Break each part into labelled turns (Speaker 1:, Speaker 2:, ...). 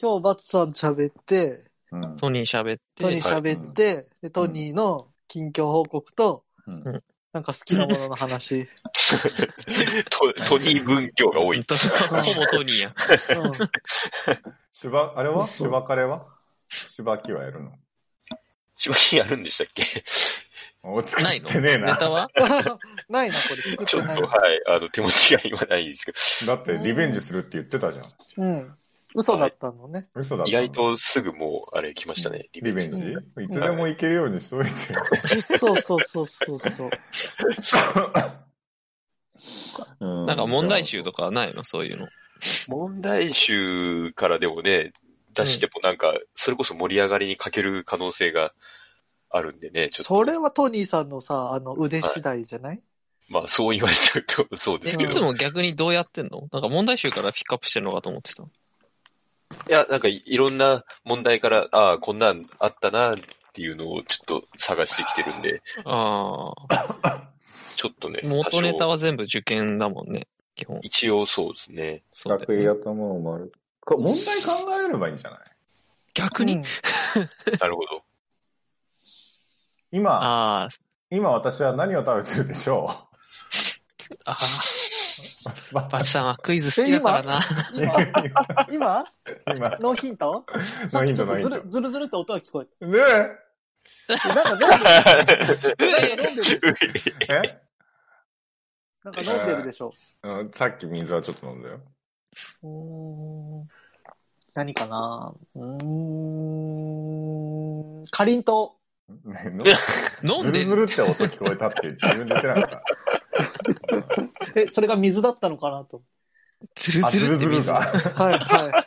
Speaker 1: 今日バツさん喋って、
Speaker 2: うん。
Speaker 3: トニー喋って、
Speaker 1: トニー喋って、で、トニーの近況報告と、
Speaker 2: うん
Speaker 1: なんか好きなものの 話。
Speaker 4: トトニー分量が多い。
Speaker 3: と ほぼトニーや。
Speaker 1: うん
Speaker 2: 芝、あれは
Speaker 1: そう
Speaker 2: 芝彼は芝木はやるの
Speaker 4: 芝木やるんでしたっけ
Speaker 2: お作
Speaker 3: ない
Speaker 2: っ
Speaker 3: の
Speaker 2: てねえ
Speaker 3: ネ
Speaker 2: な。
Speaker 3: タは
Speaker 1: ないな、これ。作っ
Speaker 4: ち
Speaker 1: て
Speaker 4: ょっ
Speaker 1: ない
Speaker 4: と、
Speaker 1: な。
Speaker 4: はい、あの、手持ちが今ないんです け
Speaker 2: だってリベンジするって言ってたじゃん。
Speaker 1: うん。嘘だったのね。
Speaker 2: 嘘だっ
Speaker 4: ど、
Speaker 2: た
Speaker 4: 意
Speaker 2: の
Speaker 4: 外とすぐもう、あれ来ましたね。リ
Speaker 2: リベンジ
Speaker 1: う
Speaker 2: いつでも行けるようにしといてよ。
Speaker 1: そうそうそうそうそう。
Speaker 2: な
Speaker 3: なんか問題集とかないのそういうの。
Speaker 4: 問題集からでもね、出してもなんか、それこそ盛り上がりに欠ける可能性があるんでね、ちょっと、
Speaker 1: それはトニーさんのさ、あの、腕次第じゃない、
Speaker 4: まあそう言われちゃうとそうで
Speaker 3: え、
Speaker 4: すけ
Speaker 3: い
Speaker 4: ど。
Speaker 3: つも逆にどうやってんのなんか問題集からピックアップしてんのかと思ってた。
Speaker 4: いや、なんかいろんな問題から、ああ、こんなんあったなっていうのをちょっと探してきてるんで、
Speaker 3: ああ。
Speaker 4: ちょっとね、
Speaker 3: 元ネタ
Speaker 4: は
Speaker 3: は全部受験だもんね。基本。
Speaker 4: 一応そうですね。
Speaker 3: そうだ
Speaker 5: 学
Speaker 3: よ
Speaker 5: 位
Speaker 3: ね
Speaker 5: 頭を丸く。か
Speaker 2: 問題考えればいいんじゃない
Speaker 1: う
Speaker 3: 逆に
Speaker 1: ん。
Speaker 4: なるほど。
Speaker 2: 今、
Speaker 3: あ
Speaker 2: 今私は何を食べてるでしょ
Speaker 3: あ、あ
Speaker 2: うバ
Speaker 3: あ、バツさんはクイズ好きだからな。
Speaker 1: 今今
Speaker 2: 今、
Speaker 1: ノーヒント
Speaker 2: ノーヒントノーヒン
Speaker 1: ずるずるずるって音が聞こえ
Speaker 2: ト。ね
Speaker 1: る。なんか飲んでる。なんか飲んでる。
Speaker 2: ええ
Speaker 1: なんか飲んでるでしょ。
Speaker 2: うんさっき水はちょっと飲んだよ。
Speaker 1: うーん。何かなうーん。かりんと
Speaker 2: ねのズ
Speaker 3: 飲んで
Speaker 2: ル
Speaker 3: る
Speaker 2: ズルって音聞こえたって自分で言ってなかった。
Speaker 1: う。え、それが水だったのかなと。
Speaker 3: ズル
Speaker 2: あ、
Speaker 3: ズ
Speaker 2: ズ
Speaker 3: ル
Speaker 2: ル
Speaker 3: って
Speaker 2: ズル
Speaker 3: 水
Speaker 2: だ。
Speaker 1: はい、は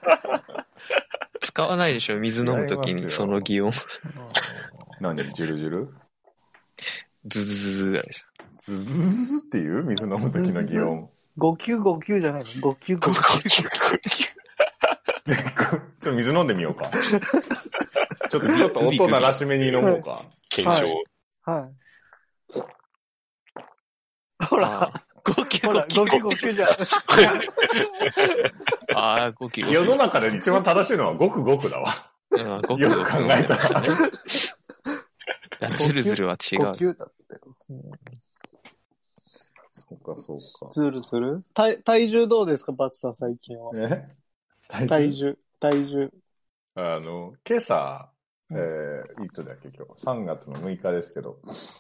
Speaker 3: 使わないでしょ水飲むとき
Speaker 2: 違いま
Speaker 3: に
Speaker 2: すよ
Speaker 3: その擬音。
Speaker 2: 何ジュルジュル
Speaker 3: ズズズズズ。
Speaker 2: ズズズズっていう水飲む時の擬
Speaker 1: い。
Speaker 2: 音。
Speaker 1: 5級5級じゃないの ?5 級
Speaker 4: こ
Speaker 1: 5級。
Speaker 2: ちょっと水飲んでみようか。ちょっと、ちょっと音鳴らしめに飲もうか。
Speaker 4: 検証。
Speaker 1: はい。ほら、
Speaker 3: 5キ
Speaker 1: ほ
Speaker 3: ロ
Speaker 1: ら、。5級5級じゃん。
Speaker 3: ああ、5キロ。
Speaker 2: 世の中で一番正しいのはごくごくだわ。
Speaker 3: うん、5キ
Speaker 2: よ
Speaker 3: ロ。
Speaker 2: く考えた ら
Speaker 3: ね。いやズルズルは違う
Speaker 1: 5。級だって。
Speaker 5: そうか、そうか。
Speaker 1: ズルする体体重どうですか、バツさん最近は。
Speaker 2: え
Speaker 1: 体重、体重。
Speaker 2: あの、今朝、え
Speaker 1: うん
Speaker 2: ー、いつだっけ今日、3月の6日ですけど、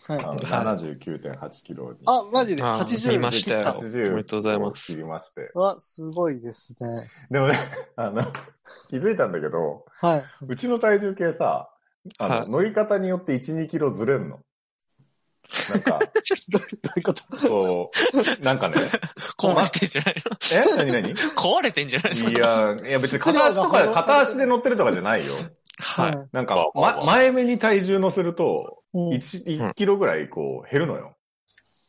Speaker 1: は
Speaker 2: あ
Speaker 1: い。
Speaker 2: の79.8キロに。
Speaker 1: あ、マジで
Speaker 3: あー
Speaker 1: ?80
Speaker 3: 見ましたよ
Speaker 1: 切っ
Speaker 2: 80
Speaker 3: おめでとうございます
Speaker 2: 切りまして。
Speaker 1: たわ、すごいですね。
Speaker 2: でもね、あの、気づいたんだけど、
Speaker 1: はい。
Speaker 2: うちの体重計さ、あの、
Speaker 3: はい
Speaker 2: 乗り方によって1、2キロずれんの。なんか、
Speaker 1: どうどういうこと
Speaker 2: そう、なんかね、
Speaker 3: 壊れてんじゃないの
Speaker 2: え何何
Speaker 3: 壊れてんじゃないですか
Speaker 2: いや、いや別に片足とか、片足で乗ってるとかじゃないよ。
Speaker 3: は
Speaker 1: い。
Speaker 3: い。
Speaker 2: なんか、
Speaker 4: まあまあ
Speaker 2: ま、前目に体重乗せると、
Speaker 1: うん
Speaker 2: 1、1キロぐらいこう減るのよ。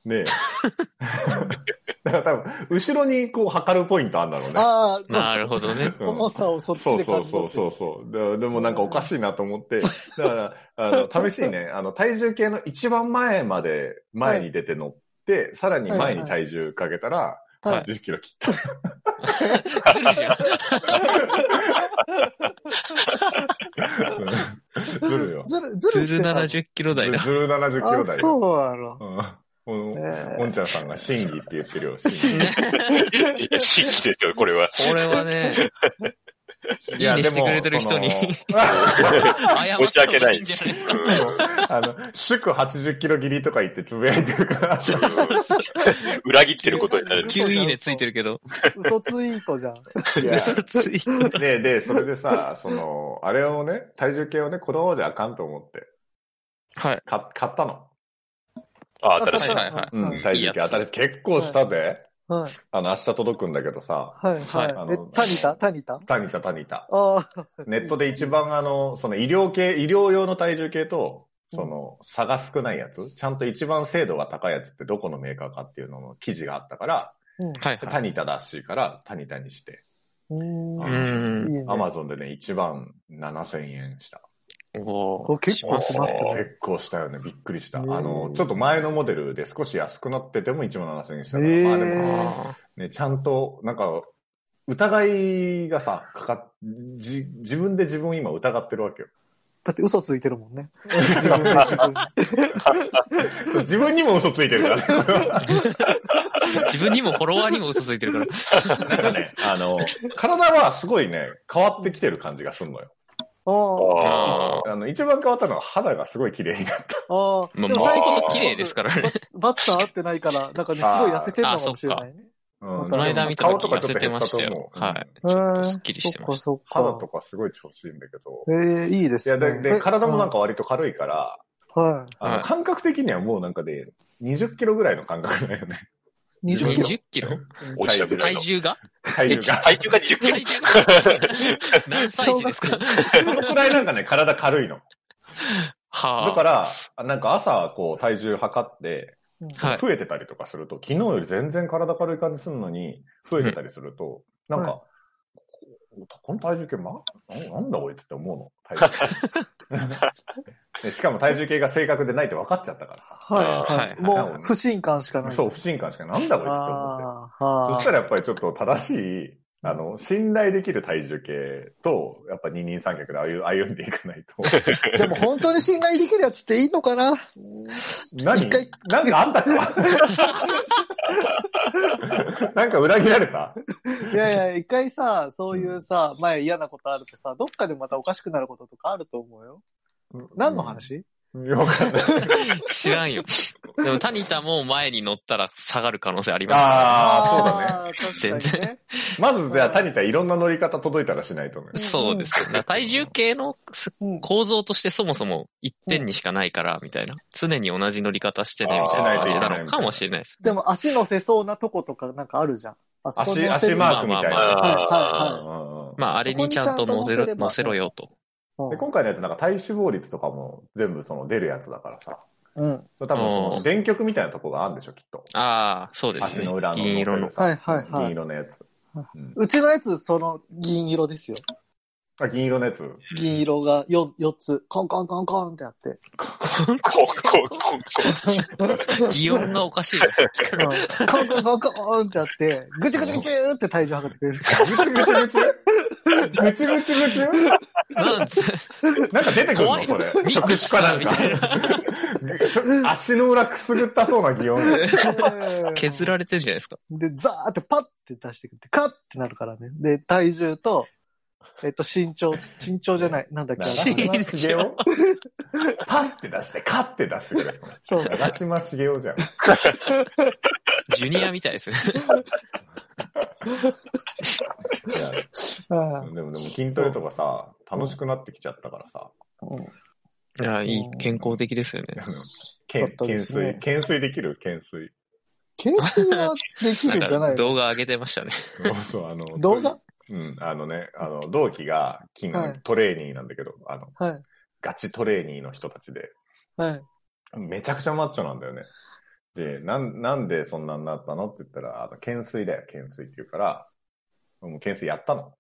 Speaker 2: で、だから多分、後ろにこう測るポイントあんだろうね。
Speaker 1: ああ、
Speaker 3: なるほど ね。
Speaker 2: うん
Speaker 1: 重さをそっち
Speaker 2: そう
Speaker 1: で
Speaker 2: そ
Speaker 1: 感
Speaker 2: う
Speaker 1: じ
Speaker 2: そう
Speaker 1: 取って
Speaker 2: そうそうで。でもなんかおかしいなと思って、だから、あの、試し にね、あの、体重計の一番前まで前に出て乗って、さらに前に体重かけたら、
Speaker 1: はい
Speaker 2: 80キロ切った。
Speaker 3: ズルじゃん。
Speaker 2: うんずるよ。
Speaker 1: ずる、ず
Speaker 3: ズ
Speaker 1: るして
Speaker 3: ル
Speaker 1: たの。
Speaker 3: 70キロ
Speaker 2: ず
Speaker 3: 台
Speaker 2: る
Speaker 3: だ。
Speaker 2: 70キロ
Speaker 1: あ、
Speaker 2: 台
Speaker 1: そうなの。
Speaker 2: うん。うんお
Speaker 1: え
Speaker 2: んちゃんさんが審議って言ってるよ。審議
Speaker 1: ー
Speaker 4: いや、新規ですよ、これは。
Speaker 3: これはね、い いねしてくれてる人に
Speaker 2: いやでも
Speaker 3: 謝
Speaker 4: 申し
Speaker 3: った方
Speaker 4: 訳な
Speaker 3: が
Speaker 4: い
Speaker 3: いいんじゃないですか。
Speaker 4: うん
Speaker 2: そのあの、祝80キロ切りとか言ってつぶやいてる から、
Speaker 4: 裏切ってることになる。
Speaker 3: 9いいねついてるけど。
Speaker 1: 嘘ツイートじゃん。
Speaker 2: いや
Speaker 3: つい
Speaker 2: で、で、それでさ、その、あれをね、体重計をね、このままじゃあかんと思って、
Speaker 3: はい。
Speaker 2: か買ったの。
Speaker 4: あ、
Speaker 1: 当たっ
Speaker 4: 新しい
Speaker 1: た。
Speaker 3: はいはいはい
Speaker 2: うん、体重計当たり、結構したぜ。
Speaker 1: はい。
Speaker 2: あの、明日届くんだけどさ、
Speaker 1: はい、は
Speaker 2: は
Speaker 1: い。
Speaker 2: い
Speaker 1: え、タニタタニタ
Speaker 2: タニタタニタ。
Speaker 1: ああ、
Speaker 2: ネットで一番あの、その医療系、医療用の体重計と、その、差が少ないやつ、ちゃんと一番精度が高いやつってどこのメーカーかっていうのの記事があったから、
Speaker 1: うん
Speaker 3: はいは
Speaker 2: タ
Speaker 3: い。
Speaker 2: ニタらしいから、タニタにして、
Speaker 1: う
Speaker 3: う
Speaker 1: ーん。
Speaker 3: ーん。
Speaker 1: いいね。
Speaker 2: アマゾンでね、1万7000円した。
Speaker 3: お
Speaker 1: お結構しますね
Speaker 2: 結構したよね、びっくりした。あ
Speaker 1: へー
Speaker 2: の、ちょっと前のモデルで少し安くなってても1万7000円したから、
Speaker 1: へー
Speaker 2: まあで
Speaker 1: へ
Speaker 2: も、
Speaker 1: ー
Speaker 2: ね、ちゃんと、なんか、疑いがさ、かかっ、じ、自分で自分を今疑ってるわけよ。
Speaker 1: だって嘘ついてるもんね。
Speaker 2: 自分で自分そう自分にも嘘ついて るからね。
Speaker 3: 自分にもフォロワーにも嘘ついてるから。
Speaker 2: なんかね、あの、体はすごいね、変わってきてる感じがすんのよ。
Speaker 1: ああ。
Speaker 4: あ
Speaker 2: あの、一番変わったのは肌がすごい綺麗になった。
Speaker 1: ああ。
Speaker 4: まあ
Speaker 1: でも
Speaker 4: まあ
Speaker 1: 最近
Speaker 4: こ
Speaker 3: 綺麗ですからね。
Speaker 1: バツさん会ってないから、なんかね、すごい痩せてるのかもしれないね。
Speaker 2: うん
Speaker 1: この間
Speaker 3: 見た時
Speaker 2: 顔とかちょっと減ったと思う
Speaker 3: 痩せてましたよはい
Speaker 1: へー
Speaker 3: とすっきりしてま
Speaker 1: そっか
Speaker 2: 肌
Speaker 1: そ
Speaker 2: と
Speaker 1: っか。
Speaker 2: かすごい調子いいんだけど。
Speaker 1: ええいいで
Speaker 2: い
Speaker 1: す
Speaker 2: や、
Speaker 1: ね。
Speaker 2: で、で
Speaker 1: え
Speaker 2: 体もなんか割と軽いから、
Speaker 1: うんは
Speaker 2: あ
Speaker 3: は
Speaker 2: の、
Speaker 3: い
Speaker 2: 感覚的にはもうなんかで、20キロぐらいの感覚だよ ね。
Speaker 1: い。
Speaker 2: 自分
Speaker 1: 20キ
Speaker 2: の
Speaker 1: ロ。
Speaker 3: 20キロ
Speaker 4: 落ちたぐら
Speaker 3: 体
Speaker 4: いの。
Speaker 3: 重が
Speaker 2: 体重が。
Speaker 4: 体重が20キロ
Speaker 3: 体。重が何歳児ですか
Speaker 2: そのくらいなんかね、体軽いの。
Speaker 3: はあ。
Speaker 2: だから、なんか朝、こう、体重測って、
Speaker 1: うん
Speaker 3: はい
Speaker 2: 増えてたりとかすると、昨日より全然体軽い感じするのに、増えてたりすると、
Speaker 1: ん
Speaker 2: なんか、ここの体重計、ま、ななんだこいつって思うの体 重計でしかも体重計が正確でないって分かっちゃったからさ。
Speaker 1: はい、は
Speaker 3: はい
Speaker 1: い。もう、不信感しかない。
Speaker 2: そう、不信感しかなんだこいつって思って。
Speaker 1: ああ、はあ。
Speaker 2: そしたらやっぱりちょっと正しい、あの、信頼できる体重計と、やっぱ二人三脚で歩歩んでいかない と。
Speaker 1: でも本当に信頼できるやつっていいのかな
Speaker 2: 何
Speaker 1: 一回
Speaker 2: なんかあん たかなんか裏切られた
Speaker 1: いやいや、一回さ、そういうさ、前嫌なことあるとさ、どっかでまたおかしくなることとかあると思うよ。何の話、
Speaker 2: うんよかった。
Speaker 3: 知らんよ。でも、タニタも前に乗ったら下がる可能性ありますか
Speaker 2: ああ、
Speaker 1: あー、そうだね。確かにね。
Speaker 2: そうだね。まずじゃあ、タニタいろんな乗り方届いたらしないと思う
Speaker 3: ら。。そうですけど、体重計のす
Speaker 1: うん
Speaker 3: 構造としてそもそも一点にしかないから、みたいな。常に同じ乗り方してね、みたいな感じなのかもしれないです。
Speaker 1: でも足乗せそうなとことかなんかあるじゃん。あそこ乗せ
Speaker 2: 足、
Speaker 1: る
Speaker 2: 足マークみたいな。
Speaker 3: まあまあ
Speaker 1: まあ
Speaker 2: う
Speaker 1: は
Speaker 2: んうんうん
Speaker 3: まあ、あれにちゃんと乗
Speaker 1: そこに
Speaker 3: せ
Speaker 1: ちゃんと乗せれ
Speaker 3: ろ、
Speaker 1: ば
Speaker 3: 乗せろよと。
Speaker 1: うん
Speaker 2: で今回のやつなんか体脂肪率とかも全部その出るやつだからさ。
Speaker 1: うん。
Speaker 2: 多分その電極みたいなとこがあるんでしょ、きっと。
Speaker 3: ああ、そうです
Speaker 2: 足
Speaker 3: ね
Speaker 2: の裏。の。
Speaker 3: 銀色の。
Speaker 1: はいはいはい
Speaker 2: 銀色のやつ。うん
Speaker 1: うちのやつ、その銀色ですよ。
Speaker 2: あ、銀色のやつ
Speaker 1: 銀色が 4, 四つ、コンコンコンコンってあって。
Speaker 4: こう、こう、こう、こ
Speaker 3: 擬音がおかしいです。
Speaker 1: うんコンコンコンコンってあって、ぐちゅぐちゅぐちゅーって体重測ってくれる。
Speaker 2: ぐちぐちぐち
Speaker 3: なんつ
Speaker 2: なんか出てくる
Speaker 3: 怖
Speaker 2: の
Speaker 3: い
Speaker 2: それ。
Speaker 3: ミックスかなみたい
Speaker 2: な。足の裏くすぐったそうな擬音。
Speaker 3: 削られてんじゃないですか。
Speaker 1: で、ザーってパッて出してくれて、カッってなるからね。で、体重と、えっと、身長、身長じゃない、なんだっけ、
Speaker 3: 身長
Speaker 2: 長嶋茂雄パッて出して、カッて出してくれ。
Speaker 1: そう
Speaker 2: 長嶋茂雄じゃん。
Speaker 3: ジュニアみたいですね。
Speaker 2: い
Speaker 1: あ
Speaker 2: やでもでも筋トレとかさ、楽しくなってきちゃったからさ、
Speaker 1: ーうん
Speaker 3: いや、いい、健康的ですよね。
Speaker 1: そう
Speaker 2: 懸
Speaker 1: で
Speaker 2: 懸
Speaker 1: すね
Speaker 2: 垂、懸垂できる懸垂。
Speaker 1: 懸垂はでき
Speaker 3: な
Speaker 1: る
Speaker 3: ん
Speaker 1: んじゃな
Speaker 3: か
Speaker 1: い
Speaker 3: 動画上げてましたね。
Speaker 2: そうそう、あの、
Speaker 1: 動画
Speaker 2: うん、あのね、あの、同期が筋
Speaker 1: はい
Speaker 2: トレーニーなんだけど、あの、
Speaker 1: はい。
Speaker 2: ガチトレーニーの人たちで、
Speaker 1: はい。
Speaker 2: めちゃくちゃマッチョなんだよね。で、なん、なんでそんなになったのって言ったら、あの、懸垂だよ、懸垂って言うから、もう懸垂やったの。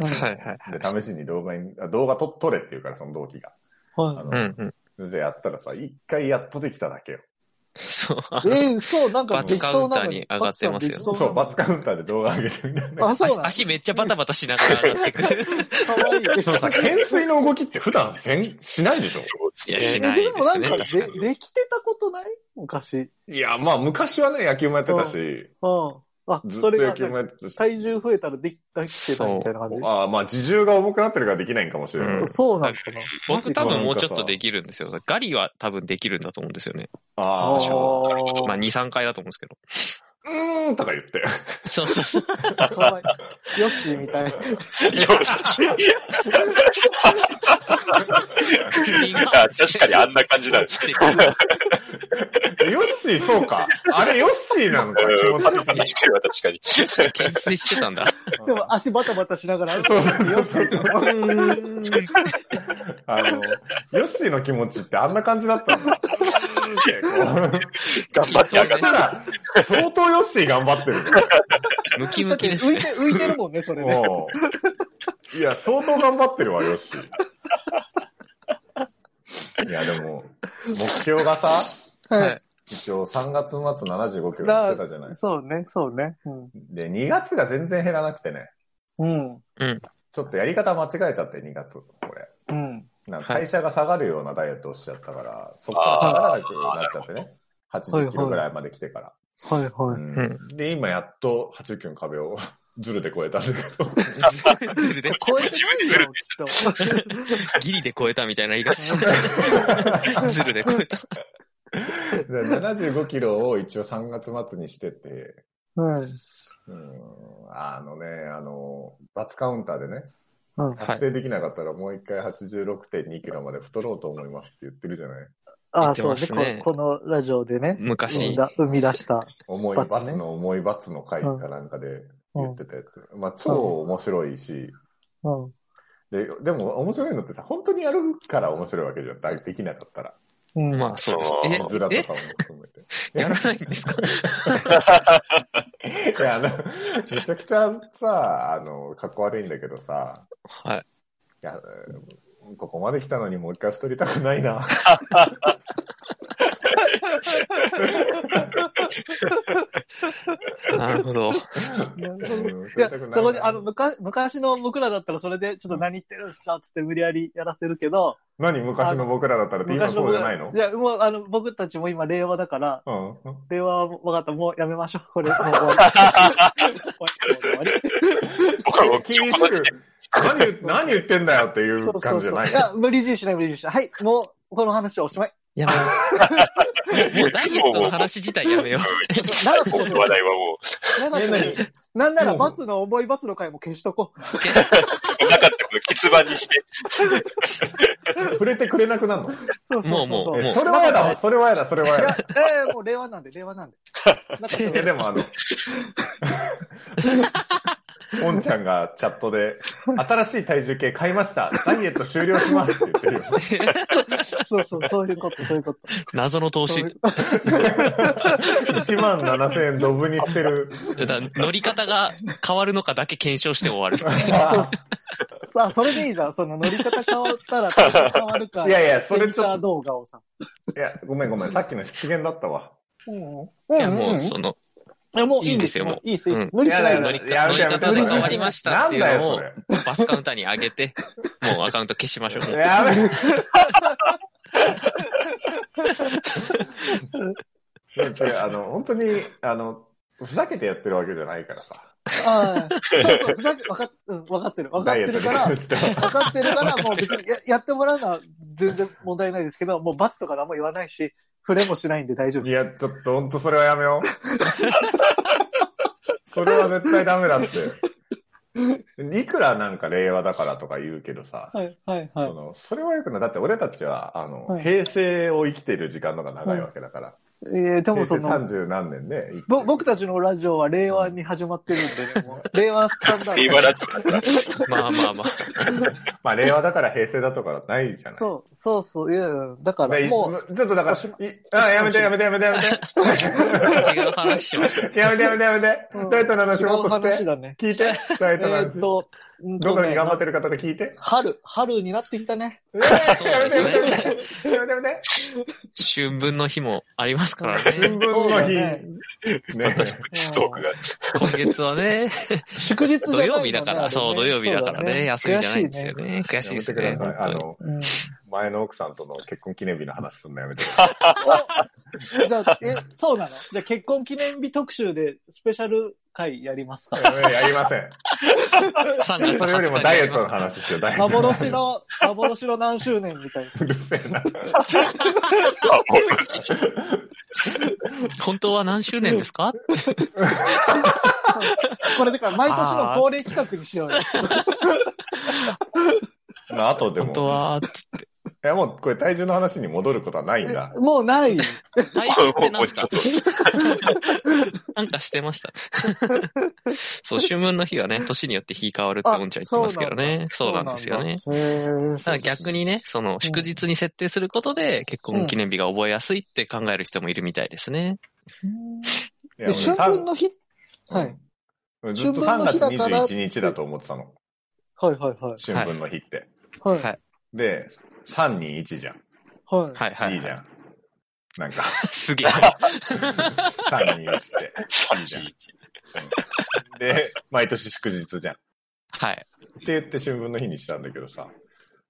Speaker 1: うんはい。
Speaker 3: いはい。
Speaker 2: で、試しに動画に、あ動画撮撮れって言うから、その同期が。あ
Speaker 1: は
Speaker 2: の、
Speaker 3: うんうん。
Speaker 2: でやったらさ、一回やっとできただけよ。
Speaker 3: そう。
Speaker 1: い。えー、嘘、なんか
Speaker 3: バ
Speaker 1: で
Speaker 3: ツ
Speaker 1: き
Speaker 3: カ
Speaker 1: そ
Speaker 3: ウ
Speaker 1: う
Speaker 3: ン
Speaker 1: な
Speaker 3: タ
Speaker 1: の
Speaker 3: ー
Speaker 1: に
Speaker 3: に上がってますよ
Speaker 1: バツさん
Speaker 2: そう
Speaker 1: できなの
Speaker 2: バツカウンターで動画上げてみたいな。
Speaker 1: あ、そうな
Speaker 3: 足
Speaker 1: の
Speaker 3: 足めっちゃバタバタしながら上がってくる。
Speaker 1: かわいい。
Speaker 2: そうさ、懸垂の動きって普段せん、しないでしょ
Speaker 4: う。
Speaker 3: いや、し
Speaker 1: え
Speaker 3: ないで
Speaker 1: でもな
Speaker 3: す
Speaker 1: ん
Speaker 3: ね。
Speaker 1: か
Speaker 3: 確
Speaker 1: で
Speaker 3: かに。
Speaker 1: できてたことない昔。
Speaker 2: いや、まあ昔はね、野球もやってたし、
Speaker 1: うん。あ、
Speaker 2: ずっ
Speaker 1: そ
Speaker 2: と
Speaker 1: れ
Speaker 2: 野
Speaker 1: が
Speaker 2: 球もやってたし、
Speaker 1: 体重増えたらできできてたみたいな感じ。
Speaker 2: ああ、まあ自重が重くなってるからできないんかもしれない。
Speaker 3: うん
Speaker 1: そうなのかなマジ
Speaker 3: 僕
Speaker 1: か
Speaker 3: 多分もうちょっとできるんですよ。ガリは多分できるんだと思うんですよね。
Speaker 2: ああ、
Speaker 1: あー
Speaker 3: まあ2、3回だと思うんですけど。
Speaker 2: うーんとか言って。
Speaker 3: そうそうそう。
Speaker 1: かわいい。ヨッシーみたい。
Speaker 3: 首が
Speaker 4: 確かにあんな感じなん
Speaker 3: 落
Speaker 4: です。
Speaker 3: ちてくる。
Speaker 2: ヨッシー、そうか。あれ、ヨッシーなのか、気持ち的に。
Speaker 4: 確かに。
Speaker 3: 懸垂してたんだ。
Speaker 1: でも足バタバタしながら。ヨ
Speaker 2: そうそ
Speaker 1: ッシ
Speaker 2: うそうそう
Speaker 1: ーの
Speaker 2: あの、ヨッシーの気持ちってあんな感じだったんだ。
Speaker 4: 頑張って
Speaker 2: そ
Speaker 4: 上
Speaker 2: し
Speaker 4: がった
Speaker 2: ら、相当ヨッシー頑張ってる。
Speaker 3: ムキ
Speaker 1: だ
Speaker 3: ム
Speaker 1: って
Speaker 3: キです
Speaker 1: 浮い
Speaker 3: ね
Speaker 1: て、。浮いてるもんね、それね。
Speaker 2: もう。いや、相当頑張ってるわ、ヨッシー。いや、でも、目標がさ、
Speaker 1: は
Speaker 2: 一応3月末75キロしてたじゃない
Speaker 1: い。。そうね、そうね。うん
Speaker 2: で、2月が全然減らなくてね。
Speaker 1: うん。
Speaker 2: ちょっとやり方間違えちゃって、2月、これ。
Speaker 1: うん。
Speaker 2: なんか
Speaker 3: はい
Speaker 2: 代謝が下がるようなダイエットをしちゃったから、そこから下がらなくなっちゃってね。
Speaker 1: はい
Speaker 2: 80キロぐらいまで来てから。
Speaker 1: はいは
Speaker 2: う
Speaker 1: い。
Speaker 2: んで、今やっと80キロの壁を ズルで超えたんだけど。
Speaker 3: ズルで、
Speaker 1: 超えてないよ、 きっ
Speaker 3: ギリで超えたみたいな言い方しズルで超えた。
Speaker 2: で75キロを一応3月末にしてて、
Speaker 1: と。はい。
Speaker 2: うんあのね、あの、罰カウンターでね、
Speaker 1: うん
Speaker 2: 達成できなかったらもう一回86.2キロまで太ろうと思いますって言ってるじゃない。
Speaker 1: あ
Speaker 3: 言
Speaker 1: あ、
Speaker 3: って
Speaker 1: そう
Speaker 3: ま
Speaker 1: ね
Speaker 3: すね
Speaker 1: こ。このラジオでね、生
Speaker 3: 昔
Speaker 1: み。だ生み出した。
Speaker 2: 重い
Speaker 1: 罰ね
Speaker 2: 罰の重い罰の回かなんかで言ってたやつ。まあ超面白いし、
Speaker 1: うん。
Speaker 2: で、でも面白いのってさ、本当にやるから面白いわけじゃん。だできなかったら。
Speaker 1: うん。
Speaker 3: まあ、そうです
Speaker 2: ずら
Speaker 3: え、
Speaker 2: とかも含めて。
Speaker 3: え、 やらないんですか
Speaker 2: いや、あの、めちゃくちゃさ、あの、かっこ悪いんだけどさ、
Speaker 3: はい。
Speaker 2: いや、ここまで来たのにもう一回太りたくないな。
Speaker 3: なるほど。
Speaker 1: なる
Speaker 2: うん
Speaker 1: ほど
Speaker 2: 太
Speaker 1: いや、
Speaker 2: りた
Speaker 1: そ
Speaker 2: くないな
Speaker 1: こに、あの、昔、昔の僕らだったらそれで、ちょっと何言ってるんですかっつって無理やりやらせるけど、
Speaker 2: 何昔の僕らだったらって今
Speaker 1: 昔の
Speaker 2: そう
Speaker 1: 僕
Speaker 2: じ
Speaker 1: ら
Speaker 2: ゃないの
Speaker 1: いや、もう、あの、僕たちも今、令和だから、
Speaker 2: うん。
Speaker 1: 令和は分かった、もうやめましょう。これ、もう終わり。終わり
Speaker 4: 僕はもう、
Speaker 2: 厳しく、何言、何言ってんだよってい
Speaker 1: そううそ
Speaker 2: 感
Speaker 1: う
Speaker 2: じじ
Speaker 1: そ
Speaker 2: ゃ
Speaker 1: う。
Speaker 2: ない
Speaker 1: いや、無理強いしない、無理強いしない。はい、もう、この話はおしまい。
Speaker 3: いや、もう、もうダイエットの話自体やめよう。
Speaker 1: ならこ
Speaker 4: 僕の話題はも
Speaker 1: なら
Speaker 2: みんなに
Speaker 1: なんなら、罰の重い罰の回も消しとこう。
Speaker 4: う、なかったこと結番にして、
Speaker 2: 触れてくれなくなるの
Speaker 1: そうそうそうそう。
Speaker 3: もうもう
Speaker 2: えそれはやだわ、それはやだ、それはや
Speaker 1: いや
Speaker 2: だ。、
Speaker 1: えーもう令和なんで、令和なん で。なんかそう
Speaker 2: いや、でもあの、 おんちゃんがチャットで、新しい体重計買いました。ダイエット終了しますって言ってるよ。
Speaker 1: そうそう、そういうこと、そういうこと。
Speaker 3: 謎の投
Speaker 1: そう
Speaker 3: 資
Speaker 1: い。う
Speaker 2: 1万7000円ドブに捨て る。
Speaker 3: だから乗り方が変わるのかだけ検証して終わる。
Speaker 1: さあ、それでいいじゃん。その乗り方変わったら体重変わるから。
Speaker 2: いやいや、そ
Speaker 1: ツイ
Speaker 2: れ
Speaker 1: ッ
Speaker 2: ちょ
Speaker 1: ター
Speaker 2: っと、
Speaker 1: 動画をさ。
Speaker 2: いや、ごめんごめん、さっきの失言だったわ。
Speaker 1: うん。
Speaker 3: いや、もう、その、
Speaker 1: いや、もういいん
Speaker 3: いいん
Speaker 1: で
Speaker 3: ですす
Speaker 1: よ。
Speaker 3: よ
Speaker 1: もういいです、いいです
Speaker 3: うん
Speaker 1: 無理しない
Speaker 2: い
Speaker 3: 乗
Speaker 2: や
Speaker 1: で。
Speaker 3: り
Speaker 2: いや
Speaker 3: 乗り方が変わりました
Speaker 2: な
Speaker 3: っ
Speaker 2: ん
Speaker 3: てい
Speaker 2: だ
Speaker 3: う
Speaker 2: よ、そ
Speaker 3: のを、バスカウンターに上 げて、もうアカウント消しましょう。も
Speaker 2: れ。
Speaker 3: う
Speaker 2: やべ え。違う、あの、本当に、あの、ふざけてやってるわけじゃないからさ。
Speaker 1: ああそうそう、ふざけ、わかっ、うん、わかってる。わかっ
Speaker 2: ダイ
Speaker 1: て
Speaker 2: エット
Speaker 1: る か
Speaker 2: に
Speaker 1: ら、
Speaker 2: 関
Speaker 1: わ
Speaker 2: しては。
Speaker 1: かってるから、もう別にややってもらうのは全然問題ないですけど、もう罰とか何も言わないし、触れもしないんで大丈 夫
Speaker 2: い。や、ちょっと本当それはやめよう。 それは絶対ダメだって。いくらなんか令和だからとか言うけどさ、
Speaker 1: はい、はい、は
Speaker 2: そのそれはよくない。だって俺たちは、あの、
Speaker 1: はい
Speaker 2: 平成を生きてる時間の方が長いわけだから。
Speaker 1: い。えーでも
Speaker 2: 平
Speaker 1: そ
Speaker 2: 成
Speaker 1: の、
Speaker 2: 30何年で、ね。
Speaker 1: ぼ僕たちのラジオは令和に始まってるんでね、もう、令和スタン ダ
Speaker 4: 平
Speaker 1: ー
Speaker 4: 和
Speaker 1: ド。
Speaker 4: だと。
Speaker 3: まあまあまあ。
Speaker 2: まあ令和だから平成だとかないじゃない。
Speaker 1: そう、そうそう、いや、だから
Speaker 2: で
Speaker 1: もう、
Speaker 2: ちょっとだから、いあやめてやめてやめてやめて。
Speaker 3: 違う話し ましょう。
Speaker 2: やめてやめてやめて
Speaker 1: うん。
Speaker 2: ダイエットの話
Speaker 1: 違
Speaker 2: も
Speaker 1: う
Speaker 2: っとして
Speaker 1: 話。だね。
Speaker 2: 聞いて。ダ
Speaker 1: え
Speaker 2: イエットの
Speaker 1: ーっ
Speaker 2: 話。
Speaker 1: と、うんと
Speaker 2: どこ
Speaker 1: ね
Speaker 2: に頑張ってる方で聞 いて。
Speaker 1: 春、春になってきたね。
Speaker 2: うわーや
Speaker 3: そう
Speaker 2: め
Speaker 3: で
Speaker 2: て
Speaker 3: す
Speaker 2: やめてやめて。やめ
Speaker 3: ね
Speaker 2: てやめて。
Speaker 3: 春分の日もありますからね
Speaker 2: 春。分の
Speaker 1: そう
Speaker 2: 日。
Speaker 1: だね
Speaker 2: ね
Speaker 4: ストークが。
Speaker 3: 今月は ね、
Speaker 1: 祝日じゃ
Speaker 3: 土
Speaker 1: ないもんね
Speaker 3: 曜日だから、そう、土曜日だからね、休みじゃないんですよ。ね。悔
Speaker 2: や
Speaker 3: しい
Speaker 2: めて
Speaker 3: です
Speaker 2: くだ
Speaker 3: ね、
Speaker 2: さい。あ
Speaker 3: 本
Speaker 2: の、前の奥さんとの結婚記念日の話すんのやめて。
Speaker 1: そうだねおじゃあ、え、そうなのじゃあ結婚記念日特集でスペシャル回やります か
Speaker 2: や めやりません。
Speaker 3: 当に。3月
Speaker 2: それより
Speaker 3: 20
Speaker 2: も
Speaker 3: 日に
Speaker 2: ダイ
Speaker 3: や
Speaker 2: エ
Speaker 3: り
Speaker 2: ットの
Speaker 3: ま
Speaker 2: 話してよ、ダイエット。
Speaker 1: 幻の、幻の何周年みたいな。
Speaker 2: うるせえな。
Speaker 3: す。本当は何周年ですか
Speaker 1: これだから毎年の恒例企画にし ようよ。
Speaker 2: まああとで
Speaker 3: 本当
Speaker 2: も、
Speaker 3: は、
Speaker 2: いやもうこれ体重の話に戻ることはないんだ。
Speaker 1: もうない。
Speaker 3: 体重って何すかなんかしてま した。そう、春分の日はね、年によって日変わるってもんちゃん言ってますけどね。
Speaker 1: そ
Speaker 3: そうう
Speaker 1: な
Speaker 3: な
Speaker 1: だ
Speaker 3: んんですよね。
Speaker 1: へー
Speaker 3: だから逆にね、その、祝日に設定することで、結婚記念日が覚えやすいって考える人もいるみたいですね。
Speaker 2: いや
Speaker 1: で春分の日はい。
Speaker 2: 俺うんずっと
Speaker 1: 春分の
Speaker 2: 3
Speaker 1: 日
Speaker 2: 月
Speaker 1: だから
Speaker 2: 21日だと思ってたの。
Speaker 1: はいはいはい。
Speaker 2: 春分の日って。
Speaker 1: はい。
Speaker 3: はい
Speaker 2: で、321じゃん。
Speaker 1: はい。
Speaker 3: はいはい。
Speaker 2: いいじゃん。なんか、
Speaker 3: すげえ。
Speaker 2: 321って。
Speaker 4: 3、2、
Speaker 2: で、毎年祝日じゃん。
Speaker 3: はい。
Speaker 2: 言って春分の日にしたんだけどさ、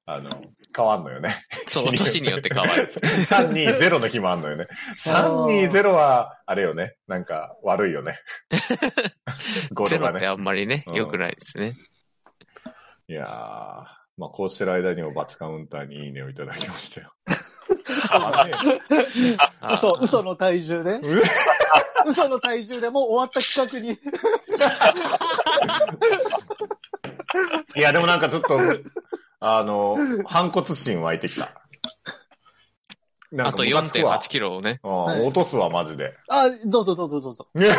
Speaker 2: あの、変わんのよね。
Speaker 3: そう、年によって変わる。。
Speaker 2: 320の日もあんのよね。320は、あれよね。なんか、悪いよ ね。語
Speaker 3: ゼ
Speaker 2: 呂
Speaker 3: ロ
Speaker 2: が
Speaker 3: っ
Speaker 2: ね。
Speaker 3: てあんまりね、
Speaker 2: うん
Speaker 3: 良くないですね。
Speaker 2: いやー、まあ、こうしてる間にもバツカウンターにいいねをいただきましたよ。
Speaker 3: あー
Speaker 1: 嘘、嘘の体重で。嘘の体重でもう終わった企画に。
Speaker 2: いや、でもなんかちょっと、あの、反骨心湧いてきた。なん
Speaker 3: あ
Speaker 2: か
Speaker 3: と
Speaker 2: ムカつくわ
Speaker 3: 4.8キロをね。
Speaker 2: うん、落とすわ、マジで。
Speaker 1: あ、どうぞどうぞどうぞ。
Speaker 3: 応援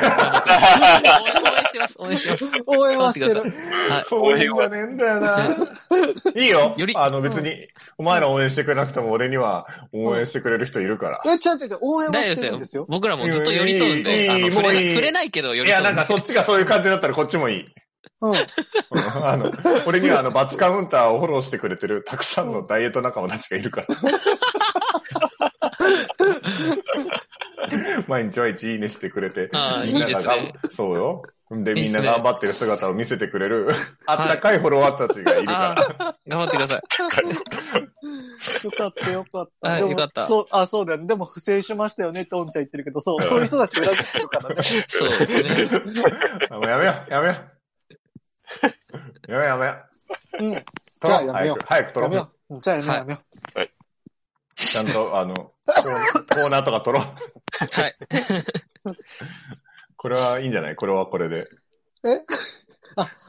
Speaker 3: します、応援します。
Speaker 1: 応援はして
Speaker 3: 頑張
Speaker 1: る。
Speaker 3: はい。
Speaker 2: そういうんじゃねえんだよな。 いいよ。
Speaker 3: より
Speaker 2: あの別に、お前ら応援してくれなくても俺には応援してくれる人いるから。
Speaker 1: え、違う違う違う、応援は
Speaker 3: 大
Speaker 1: して
Speaker 3: 丈
Speaker 1: るん
Speaker 3: 夫で
Speaker 1: ですす
Speaker 3: よ
Speaker 1: よ。。
Speaker 3: 僕らもずっと寄り添うん
Speaker 2: いいい
Speaker 3: で、
Speaker 2: い
Speaker 3: あ
Speaker 2: も
Speaker 3: の、
Speaker 2: う
Speaker 3: 触れない
Speaker 2: いい
Speaker 3: 触れないけど寄
Speaker 2: い
Speaker 3: り
Speaker 2: や、
Speaker 3: 添う
Speaker 2: なんん
Speaker 3: で
Speaker 2: かそっちがそういう感じだったらこっちも いい。
Speaker 1: うん。
Speaker 2: うんあの、俺にはあの、バツカウンターをフォローしてくれてるたくさんのダイエット仲間たちがいる から。毎日毎日いいねしてくれて。
Speaker 3: ああ
Speaker 2: みんなが
Speaker 3: いいですね
Speaker 2: そうよ。で、
Speaker 3: いいっ
Speaker 2: みん
Speaker 3: すね
Speaker 2: な頑張ってる姿を見せてくれる、あったかいフォロワーたちがいる
Speaker 3: あ
Speaker 2: か
Speaker 3: ー頑張ってくださ い。
Speaker 1: よかったよかった。
Speaker 3: はい
Speaker 1: でも
Speaker 3: よかった
Speaker 1: そう、あ、そうだよね。でも不正しましたよねっておんちゃん言ってるけど、そう、そういう人たち裏 切ってるからね。
Speaker 3: そうですね。
Speaker 2: ら。もうやめよう、やめよう。やめよう、やめよう。
Speaker 1: うん。
Speaker 2: 取ろう
Speaker 1: じゃあやめよう
Speaker 2: 早く、早く取
Speaker 1: やめ
Speaker 2: ろう
Speaker 1: よ。う。じゃあやめよう
Speaker 3: はい
Speaker 1: やめよう。
Speaker 2: ちゃんと、あの、コー コーナーとか取ろう。
Speaker 3: はい。
Speaker 2: これはいいんじゃないこれはこれで。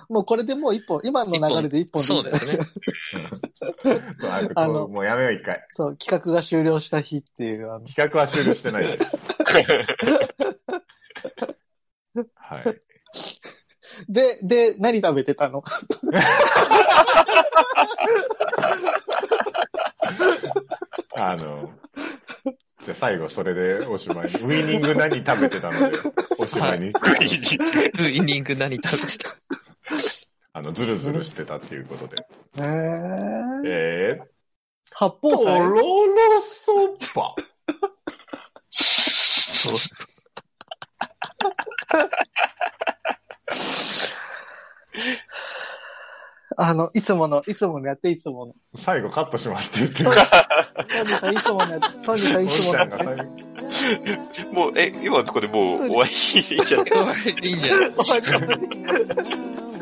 Speaker 1: もうこれでもう一本、今の流れで一本でいい
Speaker 3: そうですね。
Speaker 2: 早く
Speaker 1: あの
Speaker 2: もうやめよう、一回。
Speaker 1: そう、企画が終了した日っていう、あの、
Speaker 2: 企画は終了してないです。はい。
Speaker 1: で、で、何食べてたの
Speaker 2: あの、じゃあ最後それでおしまいに。ウィニング何食べてたので、おしまいに。
Speaker 3: イニング何食べてた
Speaker 2: あの、ズルズルしてたっていうことで。
Speaker 1: えー、
Speaker 2: えー、
Speaker 1: 八
Speaker 2: と
Speaker 1: 方
Speaker 2: ろ
Speaker 1: 斎
Speaker 2: ろそば。
Speaker 3: そう。
Speaker 1: あの、いつもの、いつものやって、いつもの。
Speaker 2: 最後カットしますって言
Speaker 1: ト
Speaker 2: っ
Speaker 1: ニ
Speaker 2: てる。
Speaker 1: ーさん、いつものやって、トニーさん、
Speaker 2: お
Speaker 1: い
Speaker 2: ん
Speaker 1: つも
Speaker 2: ち
Speaker 1: の
Speaker 2: ゃ
Speaker 1: や
Speaker 2: ん
Speaker 1: っ
Speaker 2: が
Speaker 1: て。
Speaker 2: 最後。
Speaker 4: もう、え、今のところでもう終わりじゃない
Speaker 3: いいんじゃない
Speaker 1: 終わり